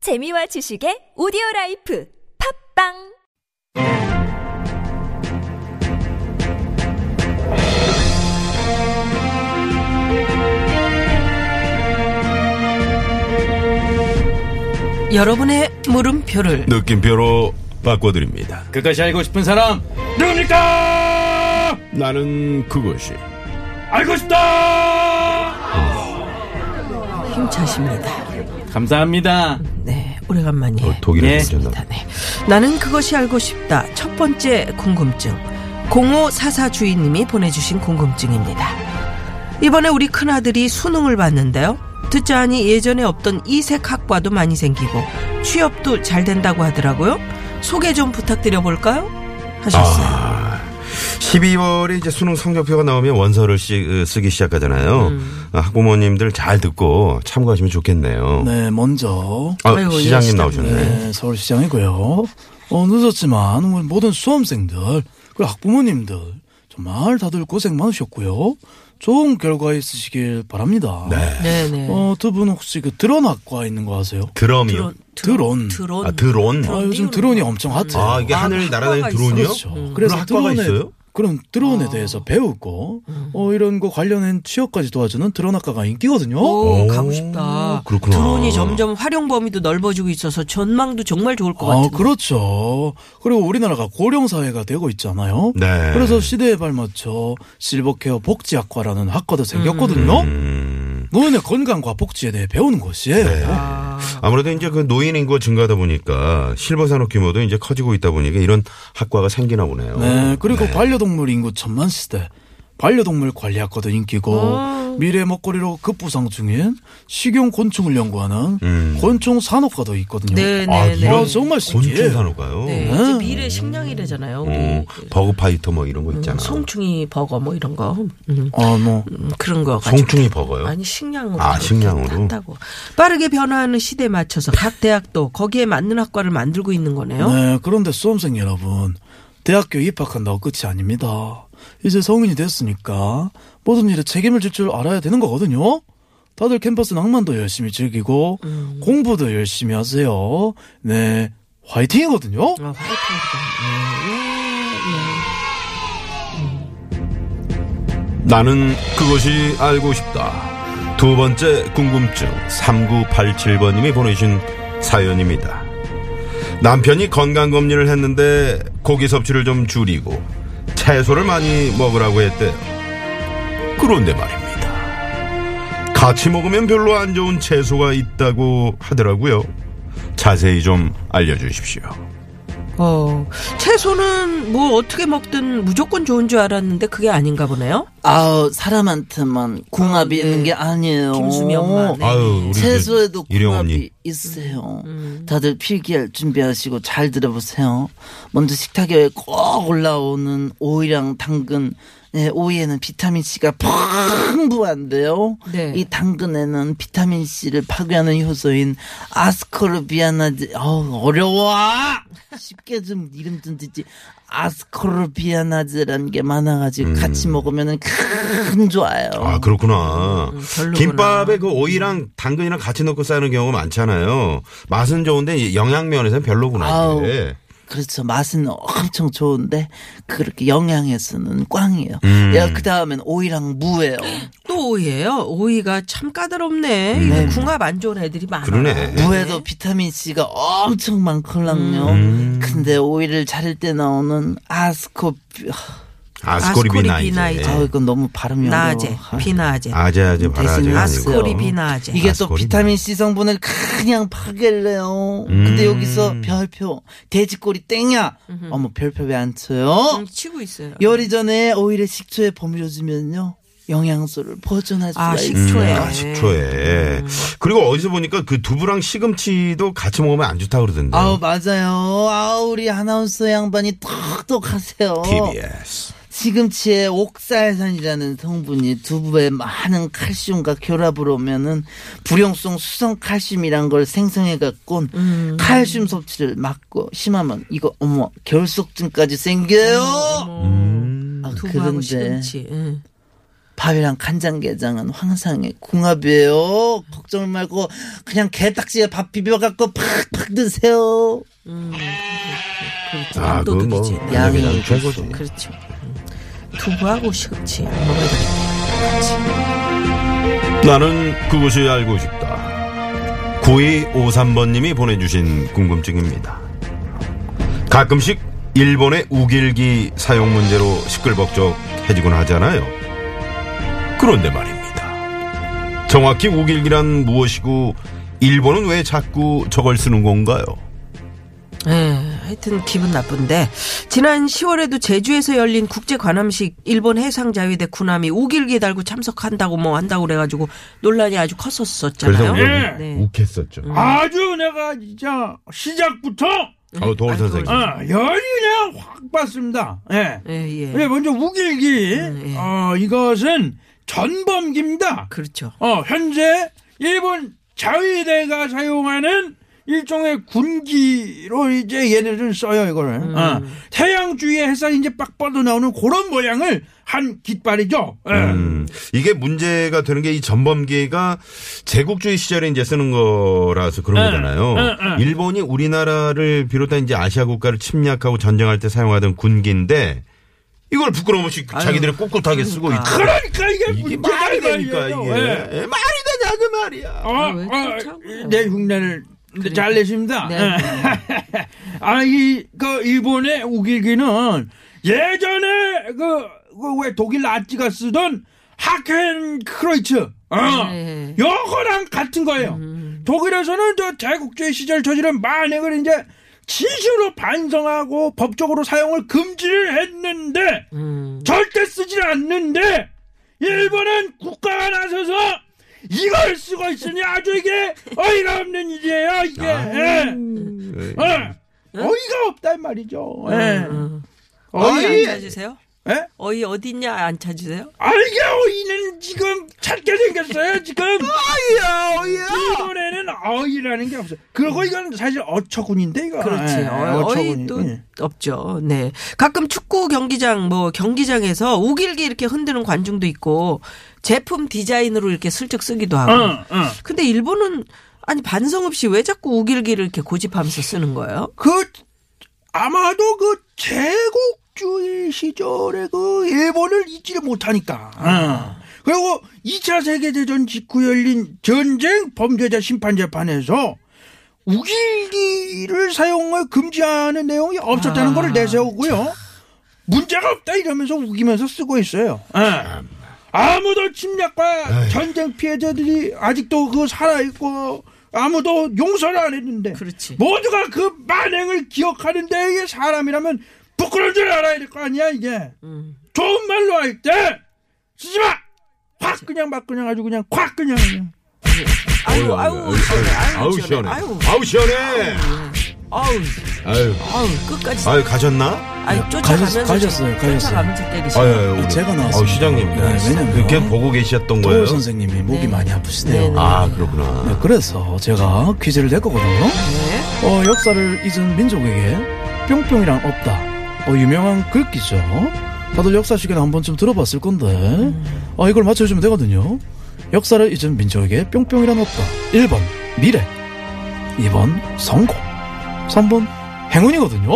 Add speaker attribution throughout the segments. Speaker 1: 재미와 지식의 오디오 라이프 팝빵
Speaker 2: 여러분의 물음표를
Speaker 3: 느낌표로 바꿔드립니다.
Speaker 4: 그것이 알고 싶은 사람 누굽니까?
Speaker 3: 나는 그것이
Speaker 4: 알고 싶다.
Speaker 2: 힘차십니다.
Speaker 4: 감사합니다.
Speaker 2: 네, 오래간만이에요.
Speaker 3: 어, 독일에
Speaker 4: 예.
Speaker 3: 있었나
Speaker 2: 네. 나는 그것이 알고 싶다. 첫 번째 궁금증. 0544 주인님이 보내주신 궁금증입니다. 이번에 우리 큰아들이 수능을 봤는데요. 듣자 하니 예전에 없던 이색 학과도 많이 생기고 취업도 잘 된다고 하더라고요. 소개 좀 부탁드려볼까요? 하셨어요.
Speaker 3: 12월에 이제 수능 성적표가 나오면 원서를 시- 쓰기 시작하잖아요. 아, 학부모님들 잘 듣고 참고하시면 좋겠네요.
Speaker 5: 네, 먼저
Speaker 3: 아,
Speaker 2: 아이고,
Speaker 3: 시장님
Speaker 2: 예,
Speaker 3: 나오셨네.
Speaker 5: 네, 서울시장이고요. 어, 늦었지만 우리 모든 수험생들 그리고 학부모님들 정말 다들 고생 많으셨고요. 좋은 결과 있으시길 바랍니다. 네.
Speaker 2: 네네.
Speaker 5: 어, 두 분 혹시 그 드론 학과 있는 거 아세요?
Speaker 3: 드럼이요.
Speaker 5: 드론.
Speaker 2: 드론.
Speaker 3: 아, 드론.
Speaker 5: 아, 요즘 드론이 엄청 핫해요.
Speaker 3: 아, 이게
Speaker 2: 아,
Speaker 3: 하늘 날아다니는
Speaker 2: 학과가
Speaker 3: 드론이요?
Speaker 5: 그렇죠. 그래서
Speaker 3: 학과가
Speaker 5: 드론에
Speaker 3: 있어요?
Speaker 5: 그런 드론에 대해서 배우고 어, 이런 거 관련된 취업까지 도와주는 드론 학과가 인기거든요.
Speaker 2: 오,
Speaker 3: 오,
Speaker 2: 어, 가고 싶다.
Speaker 3: 그렇구나.
Speaker 2: 드론이 점점 활용 범위도 넓어지고 있어서 전망도 정말 좋을
Speaker 3: 아,
Speaker 2: 것 같은데.
Speaker 5: 아, 그렇죠. 그리고 우리나라가 고령 사회가 되고 있잖아요.
Speaker 3: 네.
Speaker 5: 그래서 시대에 발맞춰 실버케어 복지학과라는 학과도 생겼거든요.
Speaker 3: 음,
Speaker 5: 노인의 건강과 복지에 대해 배우는 것이에요.
Speaker 3: 아무래도 이제 그 노인 인구가 증가하다 보니까 실버 산업 규모도 이제 커지고 있다 보니까 이런 학과가 생기나 보네요.
Speaker 5: 네, 그리고 반려동물 인구 천만 시대. 반려동물 관리학과도 인기고 미래 먹거리로 급부상 중인 식용 곤충을 연구하는
Speaker 3: 음.
Speaker 5: 곤충 산업과도 있거든요.
Speaker 2: 네네네.
Speaker 3: 아, 이런
Speaker 5: 아, 정말
Speaker 3: 곤충
Speaker 5: 신기해요.
Speaker 3: 산업가요.
Speaker 2: 네, 이제 미래 식량이래잖아요. 우리
Speaker 3: 어, 버그 파이터 뭐 이런 거
Speaker 6: 음,
Speaker 3: 있잖아.
Speaker 2: 송충이 버거 뭐 이런 거 음,
Speaker 5: 아, 뭐
Speaker 2: 음, 그런 거 가지고.
Speaker 3: 송충이 버거요?
Speaker 2: 아니 식량으로
Speaker 3: 아,
Speaker 2: 그렇게
Speaker 3: 식량으로?
Speaker 2: 한다고 빠르게 변화하는 시대에 맞춰서 각 대학도 거기에 맞는 학과를 만들고 있는 거네요.
Speaker 5: 네, 그런데 수험생 여러분, 대학교 입학한다고 끝이 아닙니다. 이제 성인이 됐으니까 모든 일에 책임을 질 줄 알아야 되는 거거든요. 다들 캠퍼스 낭만도 열심히 즐기고 공부도 열심히 하세요. 네, 화이팅이거든요.
Speaker 2: 아, 화이팅이다.
Speaker 3: 나는 그것이 알고 싶다. 두 번째 궁금증 3987번님이 보내신 사연입니다. 남편이 건강검진을 했는데 고기 섭취를 좀 줄이고 채소를 많이 먹으라고 했대요. 그런데 말입니다. 같이 먹으면 별로 안 좋은 채소가 있다고 하더라고요. 자세히 좀 알려주십시오.
Speaker 2: 예, 예. 어, 채소는 뭐 어떻게 먹든 무조건 좋은 줄 알았는데 그게 아닌가 보네요.
Speaker 6: 아우 사람한테만 궁합이 있는 게 아니에요.
Speaker 2: 네. 김수미 엄마. 네.
Speaker 3: 아유, 우리
Speaker 6: 채소에도
Speaker 3: 일용 언니.
Speaker 6: 궁합이 있어요. 다들 필기할 준비하시고 잘 들어보세요. 먼저 식탁에 꼭 올라오는 오이랑 당근. 네, 오이에는 비타민 C가 풍부한데요.
Speaker 2: 네.
Speaker 6: 이 당근에는 비타민 C를 파괴하는 효소인 아스코르비아나제. 어우 어려워. 쉽게 좀 이름 좀 듣지. 아스코르비아나제라는 게 많아가지고 같이 먹으면은 큰 좋아요.
Speaker 3: 음. 아
Speaker 2: 음,
Speaker 3: 그렇구나.
Speaker 2: 별로구나.
Speaker 3: 김밥에 그 오이랑 당근이랑 같이 넣고 싸는 경우가 많잖아요. 맛은 좋은데 이 영양 면에서는 별로구나.
Speaker 6: 아우.
Speaker 3: 이게.
Speaker 6: 그렇죠. 맛은 엄청 좋은데 그렇게 영양에서는 꽝이에요. 야, 그 다음엔 오이랑 무예요.
Speaker 3: 네.
Speaker 2: 또 오이예요. 오이가 참 까다롭네. 이거 궁합 안 좋은 애들이 많아.
Speaker 3: 음. 그러네.
Speaker 6: 무에도 비타민 C가 엄청 많걸랑요.
Speaker 3: 음.
Speaker 6: 근데 오이를 자를 때 나오는 아스코
Speaker 3: 아스코리비나이제.
Speaker 2: 아스코리비나이제.
Speaker 6: 아 이건 너무 발음이
Speaker 2: 나제,
Speaker 6: 어려워.
Speaker 2: 비나제.
Speaker 3: 아재아재 바라아재 아니고.
Speaker 2: 아스코리비나제.
Speaker 6: 아, 네. 이게 또
Speaker 3: 아스코리비나.
Speaker 6: 비타민 C 성분을 그냥 파괴를 해요. 근데
Speaker 3: 음.
Speaker 6: 여기서 별표 돼지꼬리 땡이야. 어머 별표 왜 안 쳐요?
Speaker 2: 음, 치고 있어요.
Speaker 6: 요리 전에 오이를 식초에 버무려주면요 영양소를 보존할 수가
Speaker 2: 아,
Speaker 6: 있어요.
Speaker 2: 식초에. 음.
Speaker 3: 아, 식초에. 그리고 어디서 보니까 그 두부랑 시금치도 같이 먹으면 안 좋다 그러던데.
Speaker 6: 네. 아우 맞아요. 아우 우리 아나운서 양반이 똑똑하세요.
Speaker 3: TBS.
Speaker 6: 시금치에 옥살산이라는 성분이 두부에 많은 칼슘과 결합을 오면은 불용성 수성 칼슘이란 걸 생성해 갖곤
Speaker 2: 음.
Speaker 6: 칼슘 섭취를 막고 심하면 이거 어머 결속증까지 생겨요. 아,
Speaker 2: 두부하고
Speaker 6: 그런데
Speaker 2: 시금치. 응.
Speaker 6: 밥이랑 간장게장은 황상의 궁합이에요. 걱정 말고 그냥 게딱지에 밥 비벼갖고 팍팍 드세요.
Speaker 2: 그렇죠.
Speaker 3: 아,
Speaker 2: 또
Speaker 3: 그건 뭐
Speaker 2: 느리지. 양이
Speaker 3: 양이 너무
Speaker 2: 높아서.
Speaker 3: 좋죠.
Speaker 2: 그렇죠. 음. 두부하고 시금치 안 먹어야 되겠지.
Speaker 3: 나는 그것이 알고 싶다. 9253번님이 보내주신 궁금증입니다. 가끔씩 일본의 우길기 사용 문제로 시끌벅적해지곤 하잖아요. 그런데 말입니다. 정확히 우길기란 무엇이고 일본은 왜 자꾸 저걸 쓰는 건가요?
Speaker 2: 예, 하여튼 기분 나쁜데 지난 10월에도 제주에서 열린 국제 관함식 일본 해상자위대 군함이 우길기 달고 참석한다고 뭐 한다고 그래가지고 논란이 아주 컸었었잖아요.
Speaker 3: 그래서
Speaker 5: 예.
Speaker 2: 네.
Speaker 3: 욱했었죠.
Speaker 5: 아주 내가 진짜 시작부터
Speaker 3: 어,
Speaker 2: 아,
Speaker 3: 도울 선생님.
Speaker 5: 어, 열이 그냥 확 받습니다. 예.
Speaker 2: 예, 예.
Speaker 5: 네, 먼저 우길기
Speaker 4: 네.
Speaker 2: 예.
Speaker 5: 어, 이것은 전범기입니다.
Speaker 2: 그렇죠.
Speaker 5: 어, 현재 일본 자위대가 사용하는 일종의 군기로 이제 얘네들은 써요 이거를 어, 태양 주위에 햇살이 이제 빡 뻗어나오는 그런 모양을 한 깃발이죠. 예.
Speaker 3: 음, 이게 문제가 되는 게 이 전범기가 제국주의 시절에 이제 쓰는 거라서 그런
Speaker 5: 응,
Speaker 3: 거잖아요.
Speaker 5: 응, 응.
Speaker 3: 일본이 우리나라를 비롯한 이제 아시아 국가를 침략하고 전쟁할 때 사용하던 군기인데 이걸 부끄러움 없이 자기들이 꿋꿋하게 쓰고 있다.
Speaker 5: 그러니까 이게,
Speaker 3: 이게
Speaker 5: 문제가
Speaker 3: 말이 되니까
Speaker 5: 아니에요.
Speaker 3: 이게
Speaker 5: 예.
Speaker 3: 예, 말이 되냐고 말이야.
Speaker 5: 어,
Speaker 2: 왜 그렇죠?
Speaker 5: 어,
Speaker 2: 쫓아오나요?
Speaker 5: 내 흉내를 잘
Speaker 2: 음.
Speaker 5: 내십니다.
Speaker 2: 네.
Speaker 5: 아, 이, 그, 일본의 우길기는 예전에 그, 그 왜 독일 나치가 쓰던 하켄 크로이츠, 어,
Speaker 2: 네. 음.
Speaker 5: 요거랑 같은 거예요. 독일에서는 저 제국주의 시절 저지른 만행을 이제 진심으로 반성하고 법적으로 사용을 금지를 했는데,
Speaker 2: 음.
Speaker 5: 절대 쓰질 않는데 일본은 국가가 나서서 이걸 쓰고 있으니 아주 이게 어이가 없는 일이에요 이게 예.
Speaker 3: 예.
Speaker 5: 어. 어이가 없단 말이죠 예.
Speaker 2: 어디
Speaker 5: 어이
Speaker 2: 안 찾으세요?
Speaker 5: 예?
Speaker 2: 어이 어딨냐 안 찾으세요?
Speaker 5: 아 이게 어이는 지금 찾게 생겼어요 지금 어이야 어이야 일본에는 어이라는 게 없어요 그리고 이건 사실 어처구니인데
Speaker 4: 아,
Speaker 5: 이거
Speaker 2: 그렇지.
Speaker 5: 예,
Speaker 2: 어,
Speaker 5: 어처구니.
Speaker 2: 어이 또
Speaker 5: 예.
Speaker 2: 없죠. 네. 가끔 축구 경기장 뭐 경기장에서 우길기 이렇게 흔드는 관중도 있고 제품 디자인으로 이렇게 슬쩍 쓰기도 하고.
Speaker 5: 응, 응.
Speaker 2: 근데 일본은 아니 반성 없이 왜 자꾸 우길기를 이렇게 고집하면서 쓰는 거예요?
Speaker 5: 그 아마도 그 제국주의 시절에 그 일본을 잊지를 못하니까. 어. 그리고 2차 세계대전 직후 열린 전쟁 범죄자 심판재판에서 우길기를 사용을 금지하는 내용이 없었다는 것을 내세우고요. 문제가 없다 이러면서 우기면서 쓰고 있어요. 예. 아무도 침략과 전쟁 피해자들이 아직도 그 살아있고 아무도 용서를 안 했는데
Speaker 2: 그렇지.
Speaker 5: 모두가 그 만행을 기억하는데 이게 사람이라면 부끄러운 줄 알아야 될 거 아니야 이게 좋은 말로 할 때 쓰지 마! 확 그냥 막 그냥 아주 그냥 콱 그냥 그냥
Speaker 2: 아유 아유 시원해.
Speaker 3: 아우 시원해.
Speaker 2: 아유 뭐.
Speaker 3: 아우 시원해.
Speaker 2: 아유
Speaker 3: 아유,
Speaker 2: 아유 끝까지.
Speaker 3: 아유 가셨나?
Speaker 2: 아유 쫓아가면서
Speaker 4: 가셨어요, 가셨어요.
Speaker 2: 쫓아가면서 예,
Speaker 3: 아유,
Speaker 2: 때리시고.
Speaker 3: 아유 우리.
Speaker 4: 제가 나왔습니다.
Speaker 3: 아우 시장님.
Speaker 4: 네, 왜냐면
Speaker 3: 이렇게 보고 계셨던 거예요.
Speaker 4: 도요 선생님이 목이 많이 아프시대요.
Speaker 3: 아 그렇구나.
Speaker 4: 네, 그래서 제가 퀴즈를 낼 거거든요.
Speaker 2: 네.
Speaker 4: 어, 역사를 잊은 민족에게 뿅뿅이란 없다. 어, 유명한 글귀죠. 다들 역사 시간에 한 번쯤 들어봤을 건데, 어, 이걸 맞춰주면 되거든요. 역사를 잊은 민족에게 뿅뿅이란 없다. 1번, 미래. 2번, 성공. 3번, 행운이거든요.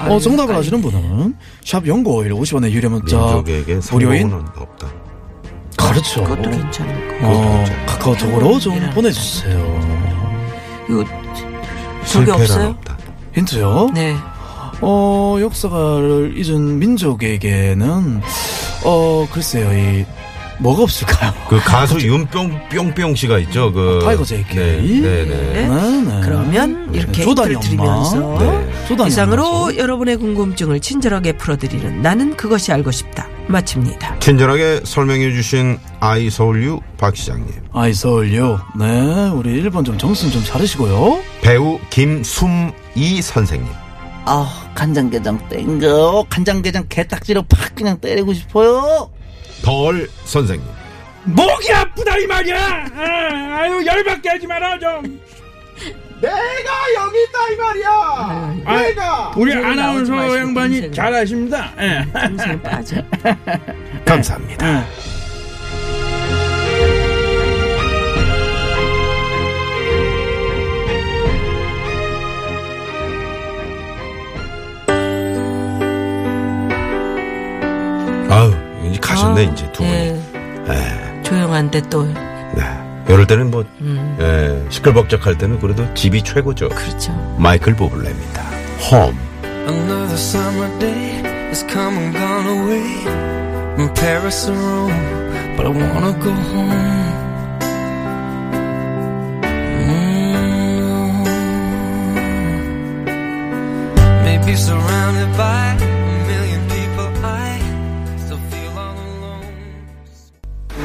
Speaker 4: 어, 정답을 아시는 분은, 샵 0951, 50원의 유료 문자,
Speaker 3: 민족에게
Speaker 4: 무료인,
Speaker 3: 성공은 없다.
Speaker 4: 가르쳐.
Speaker 2: 그것도 괜찮을 거.
Speaker 4: 어, 카카오톡으로 좀
Speaker 2: 행운이라는
Speaker 4: 보내주세요.
Speaker 2: 이거 저기
Speaker 3: 실패란
Speaker 2: 없어요?
Speaker 3: 없다.
Speaker 4: 힌트요?
Speaker 2: 네.
Speaker 4: 어, 역사를 잊은 민족에게는, 어, 글쎄요, 이, 뭐가 없을까요?
Speaker 3: 그 가수 윤뿅뿅뿅 씨가 있죠. 그
Speaker 5: 아,
Speaker 4: 타이거 JK.
Speaker 3: 네, 네, 네.
Speaker 4: 네, 네.
Speaker 2: 그러면 이렇게
Speaker 4: 조단이
Speaker 2: 힌트를
Speaker 4: 엄마.
Speaker 2: 드리면서
Speaker 3: 네.
Speaker 4: 조단이
Speaker 2: 이상으로
Speaker 4: 아니죠.
Speaker 2: 여러분의 궁금증을 친절하게 풀어드리는 나는 그것이 알고 싶다 마칩니다.
Speaker 3: 친절하게 설명해 주신 아이 서울유 박 시장님.
Speaker 4: 아이, 서울요. 네, 우리 1번 좀 정신 좀 차리시고요.
Speaker 3: 배우 김숨이 선생님.
Speaker 6: 아 간장게장 땡겨 간장게장 게딱지로 팍 그냥 때리고 싶어요.
Speaker 3: 덜 선생님.
Speaker 5: 목이 아프다 이 말이야 아, 아유 열받게 하지 마라 좀
Speaker 2: 아,
Speaker 5: 내가 여기 있다 이 말이야 내가 우리
Speaker 2: 문제를 나오지
Speaker 5: 아나운서
Speaker 2: 마시고
Speaker 5: 양반이
Speaker 2: 문제를.
Speaker 5: 잘하십니다 예.
Speaker 2: 인생 빠져.
Speaker 3: 감사합니다. 좋네 이제 두 분이.
Speaker 2: 예.
Speaker 4: 네.
Speaker 3: 예.
Speaker 2: 조용한데 또
Speaker 3: 네. 이럴 때는 뭐 예, 시끌벅적할 때는 그래도 집이 최고죠.
Speaker 2: 음. 그렇죠.
Speaker 3: 마이클 보블레입니다. 홈.
Speaker 7: Another summer day has come and gone away from Paris and Rome, but I wanna go home. Mm. Maybe surrounded by a million people, I still feel all alone.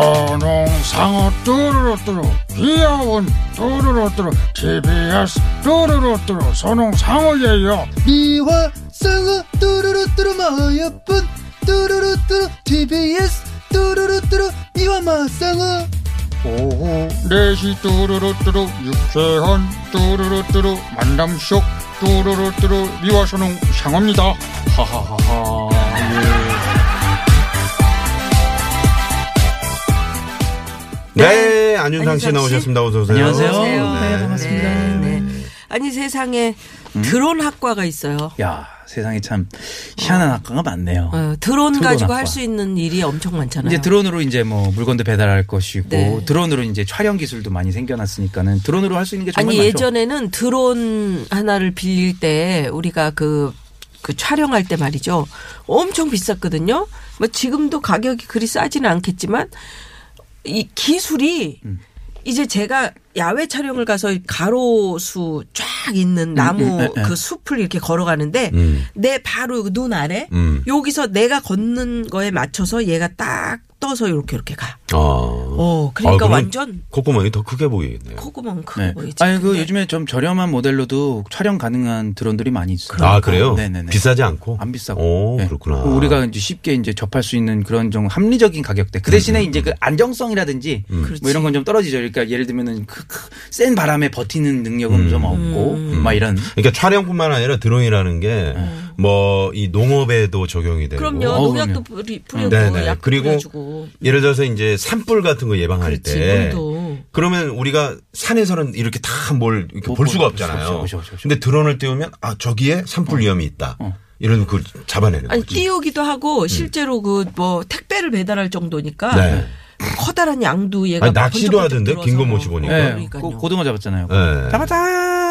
Speaker 8: 선홍상어 뚜루루뚜루 귀여운 뚜루루뚜루 TBS 뚜루루뚜루 선홍상어예요
Speaker 6: 미화 쌍어 뚜루루뚜루 마여쁜 뚜루루뚜루 TBS 뚜루루뚜루 미화 마쌍어
Speaker 8: 오후 4시 뚜루루뚜루 유쾌한 뚜루루뚜루 만남 쇼 뚜루루뚜루 미화 선홍상어입니다 하하하하 예.
Speaker 3: 네, 안윤상 씨
Speaker 2: 안윤상 씨.
Speaker 3: 나오셨습니다. 어서 오세요.
Speaker 4: 안녕하세요.
Speaker 3: 네.
Speaker 4: 반갑습니다.
Speaker 2: 네, 네. 아니 세상에
Speaker 4: 음?
Speaker 2: 드론 학과가 있어요.
Speaker 4: 야, 세상에 참 희한한 학과가 많네요.
Speaker 2: 어, 드론,
Speaker 4: 드론
Speaker 2: 가지고
Speaker 4: 학과.
Speaker 2: 할 수 있는 일이 엄청 많잖아요.
Speaker 4: 이제 드론으로 이제 뭐 물건도 배달할 것이고
Speaker 2: 네.
Speaker 4: 드론으로 이제 촬영 기술도 많이 생겨났으니까는 드론으로 할 수 있는 게 정말
Speaker 2: 아니
Speaker 4: 많죠.
Speaker 2: 예전에는 드론 하나를 빌릴 때 우리가 그, 그 촬영할 때 말이죠. 엄청 비쌌거든요. 뭐 지금도 가격이 그리 싸지는 않겠지만 이 기술이
Speaker 4: 음.
Speaker 2: 이제 제가 야외 촬영을 가서 이 가로수 쫙 있는 나무
Speaker 4: 음,
Speaker 2: 그 숲을 이렇게 걸어가는데 내 바로 그눈 아래
Speaker 3: 음.
Speaker 2: 여기서 내가 걷는 거에 맞춰서 얘가 딱 떠서 이렇게 이렇게 가.
Speaker 3: 어.
Speaker 2: 어, 그러니까
Speaker 3: 아, 그러면
Speaker 2: 완전
Speaker 3: 콧구멍이 더 크게 보이겠네요.
Speaker 2: 코구멍 크고
Speaker 4: 아, 네.
Speaker 2: 보이지.
Speaker 4: 아니 그
Speaker 2: 근데
Speaker 4: 요즘에 좀 저렴한 모델로도 촬영 가능한 드론들이 많이 있어요.
Speaker 2: 그러니까.
Speaker 3: 아, 그래요?
Speaker 4: 네네네.
Speaker 3: 비싸지 않고?
Speaker 4: 안 비싸고.
Speaker 3: 오,
Speaker 4: 네.
Speaker 3: 그렇구나.
Speaker 4: 우리가 이제 쉽게 이제 접할 수 있는 그런 좀 합리적인 가격대. 그 대신에 이제 그 안정성이라든지 뭐 이런 건 좀 떨어지죠. 그러니까 예를 들면은 크- 크- 센 바람에 버티는 능력은 좀 없고 막 이런.
Speaker 3: 그러니까 촬영뿐만 아니라 드론이라는 게
Speaker 4: 네.
Speaker 3: 뭐 이 농업에도 적용이 되고
Speaker 2: 그럼요.
Speaker 4: 어,
Speaker 2: 농약도 뿌리, 뿌리고
Speaker 3: 네네.
Speaker 2: 약도
Speaker 3: 그리고 네.
Speaker 2: 뿌려주고.
Speaker 3: 예를 들어서 이제 산불 같은 거 예방할
Speaker 2: 그렇지,
Speaker 3: 때
Speaker 2: 물도.
Speaker 3: 그러면 우리가 산에서는 이렇게 다 뭘 이렇게
Speaker 4: 못
Speaker 3: 볼
Speaker 4: 볼
Speaker 3: 수가
Speaker 4: 수 없죠,
Speaker 3: 없잖아요.
Speaker 4: 없죠, 그렇죠, 없죠, 어. 없죠.
Speaker 3: 근데 드론을 띄우면 아 저기에 산불 위험이 있다. 이런 그 잡아내는
Speaker 2: 아니
Speaker 3: 거지.
Speaker 2: 띄우기도 하고 실제로 그 뭐 택배를 배달할 정도니까
Speaker 3: 음. 네.
Speaker 2: 커다란 양도 얘가
Speaker 3: 아니, 낚시도
Speaker 2: 번쩍번쩍
Speaker 3: 하던데?
Speaker 2: 들어서.
Speaker 3: 김건모 씨 보니까.
Speaker 4: 네.
Speaker 2: 그러니까요.
Speaker 4: 고- 고등어 잡았잖아요.
Speaker 3: 네.
Speaker 4: 잡았다.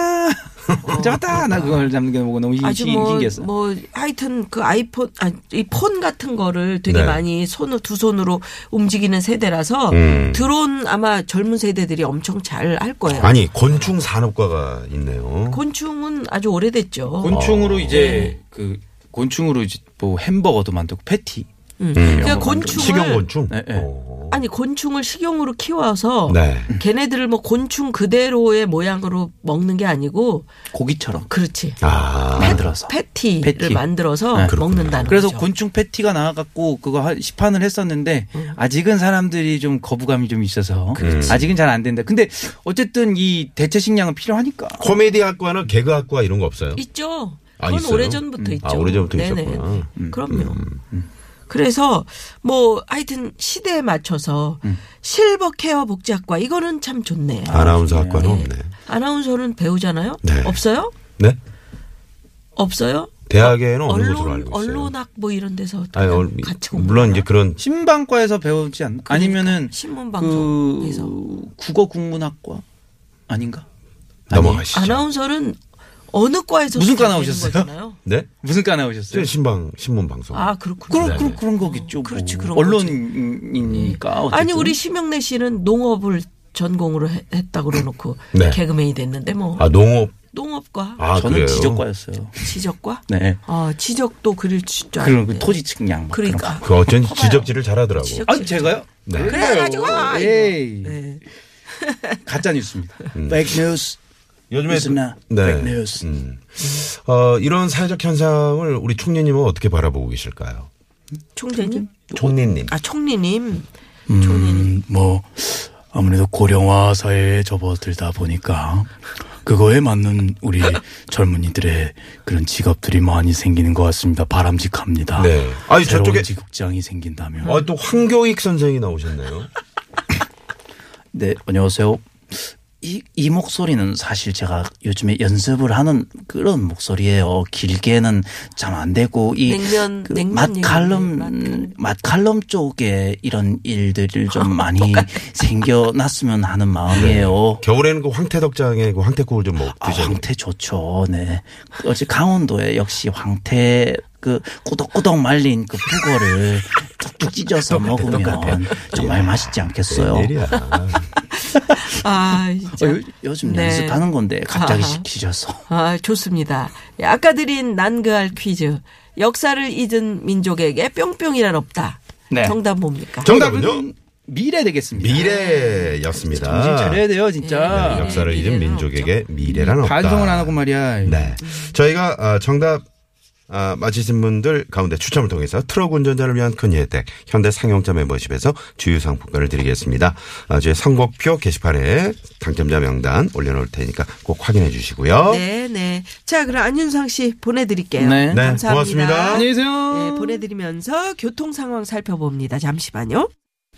Speaker 4: 잡았다. 나 그걸 잡는 게 보고 너무 신-
Speaker 2: 아주 뭐,
Speaker 4: 신기했어.
Speaker 2: 뭐 하여튼 그 아이폰 아이 폰 같은 거를 되게
Speaker 3: 네.
Speaker 2: 많이 손으로 두 손으로 움직이는 세대라서
Speaker 3: 음.
Speaker 2: 드론 아마 젊은 세대들이 엄청 잘 할 거예요.
Speaker 3: 아니 곤충 산업과가 있네요.
Speaker 2: 곤충은 아주 오래됐죠.
Speaker 4: 곤충으로
Speaker 2: 네.
Speaker 4: 이제 그 곤충으로 이제 뭐 햄버거도 만들고 패티.
Speaker 2: 음. 그러니까 곤충을
Speaker 3: 식용 곤충.
Speaker 4: 네, 네.
Speaker 3: 어.
Speaker 2: 아니 곤충을 식용으로 키워서
Speaker 3: 네.
Speaker 2: 걔네들을 뭐 곤충 그대로의 모양으로 먹는 게 아니고
Speaker 4: 고기처럼
Speaker 2: 그렇지
Speaker 3: 아.
Speaker 4: 만들어서.
Speaker 2: 패티를
Speaker 4: 패티.
Speaker 2: 만들어서
Speaker 4: 네,
Speaker 3: 그렇구나.
Speaker 2: 먹는다는
Speaker 4: 그래서
Speaker 2: 거죠.
Speaker 4: 곤충 패티가 나와갖고 그거 하- 시판을 했었는데
Speaker 2: 음.
Speaker 4: 아직은 사람들이 좀 거부감이 좀 있어서 아직은 잘 안 된다. 근데 어쨌든 이 대체 식량은 필요하니까.
Speaker 3: 코미디 학과나 개그 학과 이런 거 없어요?
Speaker 2: 있죠.
Speaker 3: 아,
Speaker 2: 그건
Speaker 3: 있어요?
Speaker 2: 오래 전부터 있죠.
Speaker 3: 아, 오래전부터
Speaker 2: 네네.
Speaker 3: 있었구나. 음.
Speaker 2: 그럼요. 그래서 뭐 하여튼 시대에 맞춰서 실버 케어 복지학과 이거는 참 좋네.
Speaker 3: 음. 아나운서 학과는 없네.
Speaker 2: 아나운서는 배우잖아요.
Speaker 3: 네.
Speaker 2: 없어요?
Speaker 3: 네?
Speaker 2: 없어요?
Speaker 3: 대학에는 없는 것으로
Speaker 2: 언론
Speaker 3: 알고 있어요.
Speaker 2: 언론학 뭐 이런 데서
Speaker 3: 아니,
Speaker 2: 그냥
Speaker 3: 얼-
Speaker 2: 같이 공부.
Speaker 3: 물론 이제 그런
Speaker 4: 신방과에서 배우지 않나? 아니면은
Speaker 2: 그러니까. 신문 방송에서
Speaker 4: 그 국어 국문학과 아닌가?
Speaker 3: 넘어가시죠.
Speaker 2: 아나운서는 어느 과에서
Speaker 4: 무슨 과
Speaker 2: 수료되는
Speaker 4: 나오셨어요?
Speaker 2: 거잖아요?
Speaker 3: 네?
Speaker 4: 무슨 과 나오셨어요?
Speaker 3: 저 신방 네, 신문 방송.
Speaker 2: 아 그렇군요.
Speaker 4: 그런 그런 그런 거겠죠.
Speaker 2: 그렇지, 그런
Speaker 4: 뭐.
Speaker 2: 거지.
Speaker 4: 언론인이니까. 어쨌든.
Speaker 2: 아니 우리 심영래 씨는 농업을 전공으로 해- 했다고 그래놓고
Speaker 3: 네.
Speaker 2: 개그맨이 됐는데 뭐
Speaker 3: 아, 농업.
Speaker 2: 농업과
Speaker 3: 아
Speaker 4: 저는
Speaker 3: 그래요.
Speaker 4: 지적과였어요.
Speaker 2: 지적과
Speaker 4: 네.
Speaker 2: 아 지적도 그릴 진짜
Speaker 4: 그런 그
Speaker 2: 알았네.
Speaker 4: 토지 측량. 막 그런 거.
Speaker 2: 그러니까
Speaker 3: 그 어쩐지 지적질을 잘하더라고.
Speaker 2: 지적-
Speaker 4: 아 제가요?
Speaker 3: 네.
Speaker 2: 그래가지고 아,
Speaker 4: 에이.
Speaker 2: 네.
Speaker 4: 가짜 뉴스입니다. 백뉴스.
Speaker 3: 요즘에
Speaker 4: 뉴스나
Speaker 3: 네.
Speaker 4: 백뉴스.
Speaker 3: 음. 어, 이런 사회적 현상을 우리 총리님은 어떻게 바라보고 계실까요?
Speaker 2: 총재님
Speaker 3: 총리님.
Speaker 2: 아 총리님 총리님
Speaker 4: 음, 뭐 아무래도 고령화 사회에 접어들다 보니까 그거에 맞는 우리 젊은이들의 그런 직업들이 많이 생기는 것 같습니다. 바람직합니다.
Speaker 3: 네. 아니,
Speaker 4: 새로운
Speaker 3: 저쪽에-
Speaker 4: 직장이 생긴다면.
Speaker 3: 아, 또 황교익 선생이 나오셨네요.
Speaker 4: 네, 안녕하세요. 이, 이 목소리는 사실 제가 요즘에 연습을 하는 그런 목소리예요. 길게는 잘 안 되고 이
Speaker 9: 냉면,
Speaker 4: 그
Speaker 9: 냉면 얘기네,
Speaker 4: 맛칼럼 맛칼럼 쪽에 이런 일들을 좀 많이 생겨났으면 하는 마음이에요.
Speaker 3: 겨울에는 그 황태덕장에 그 황태국을 좀 먹,
Speaker 4: 아,
Speaker 3: 드시는
Speaker 4: 황태 좋죠. 네. 어제 강원도에 역시 황태 그 꾸덕꾸덕 말린 그 북어를 툭툭 찢어서 먹으면 정말 맛있지 않겠어요.
Speaker 3: 예. 내리야.
Speaker 9: 아,
Speaker 4: 어,
Speaker 9: 진짜.
Speaker 4: 요, 요즘
Speaker 9: 네.
Speaker 4: 연습하는 건데 갑자기
Speaker 9: 아하.
Speaker 4: 시키셔서.
Speaker 9: 아, 좋습니다. 예, 아까 드린 난그알 퀴즈. 역사를 잊은 민족에게 뿅뿅이란 없다.
Speaker 4: 네.
Speaker 9: 정답 뭡니까?
Speaker 3: 정답은요?
Speaker 4: 미래 되겠습니다.
Speaker 3: 미래였습니다.
Speaker 4: 정신 차려야 돼요, 아. 진짜.
Speaker 3: 아. 네, 역사를
Speaker 9: 미래,
Speaker 3: 잊은
Speaker 9: 미래는
Speaker 3: 민족에게 미래란 없다.
Speaker 4: 반성을 안 하고 말이야.
Speaker 3: 네. 저희가 아, 정답 아, 맞히신 분들 가운데 추첨을 통해서 트럭 운전자를 위한 큰 혜택 현대 상용차 멤버십에서 주유 상품권을 드리겠습니다. 아, 저희 선곡표 게시판에 당첨자 명단 올려놓을 테니까 꼭 확인해 주시고요.
Speaker 2: 네, 네. 자, 그럼 안윤상 씨 보내드릴게요.
Speaker 4: 네.
Speaker 3: 네,
Speaker 2: 감사합니다.
Speaker 3: 고맙습니다. 안녕히
Speaker 4: 계세요.
Speaker 2: 네, 보내드리면서 교통 상황 살펴봅니다. 잠시만요.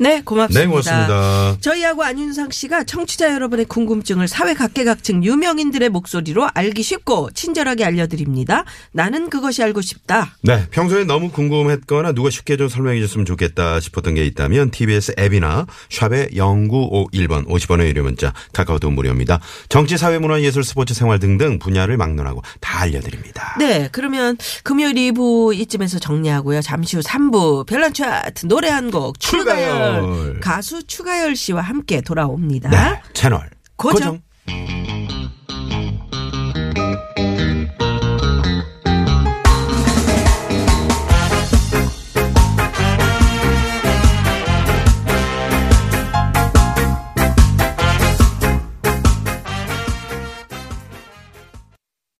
Speaker 2: 네, 고맙습니다.
Speaker 3: 네, 고맙습니다.
Speaker 2: 저희하고 안윤상 씨가 청취자 여러분의 궁금증을 사회 각계각층 유명인들의 목소리로 알기 쉽고 친절하게 알려드립니다. 나는 그것이 알고 싶다.
Speaker 3: 네, 평소에 너무 궁금했거나 누가 쉽게 좀 설명해 줬으면 좋겠다 싶었던 게 있다면 TBS 앱이나 샵의 0951번 50원의 유료 문자 카카오톡 무료입니다. 정치, 사회, 문화, 예술, 스포츠, 생활 등등 분야를 막론하고 다 알려드립니다.
Speaker 2: 네, 그러면 금요일 2부 이쯤에서 정리하고요. 잠시 후 3부 별난 차트 노래 한 곡 추가열
Speaker 3: 추가열.
Speaker 2: 가수 추가열 씨와 함께 돌아옵니다.
Speaker 3: 네, 채널
Speaker 2: 고정.
Speaker 3: 고정.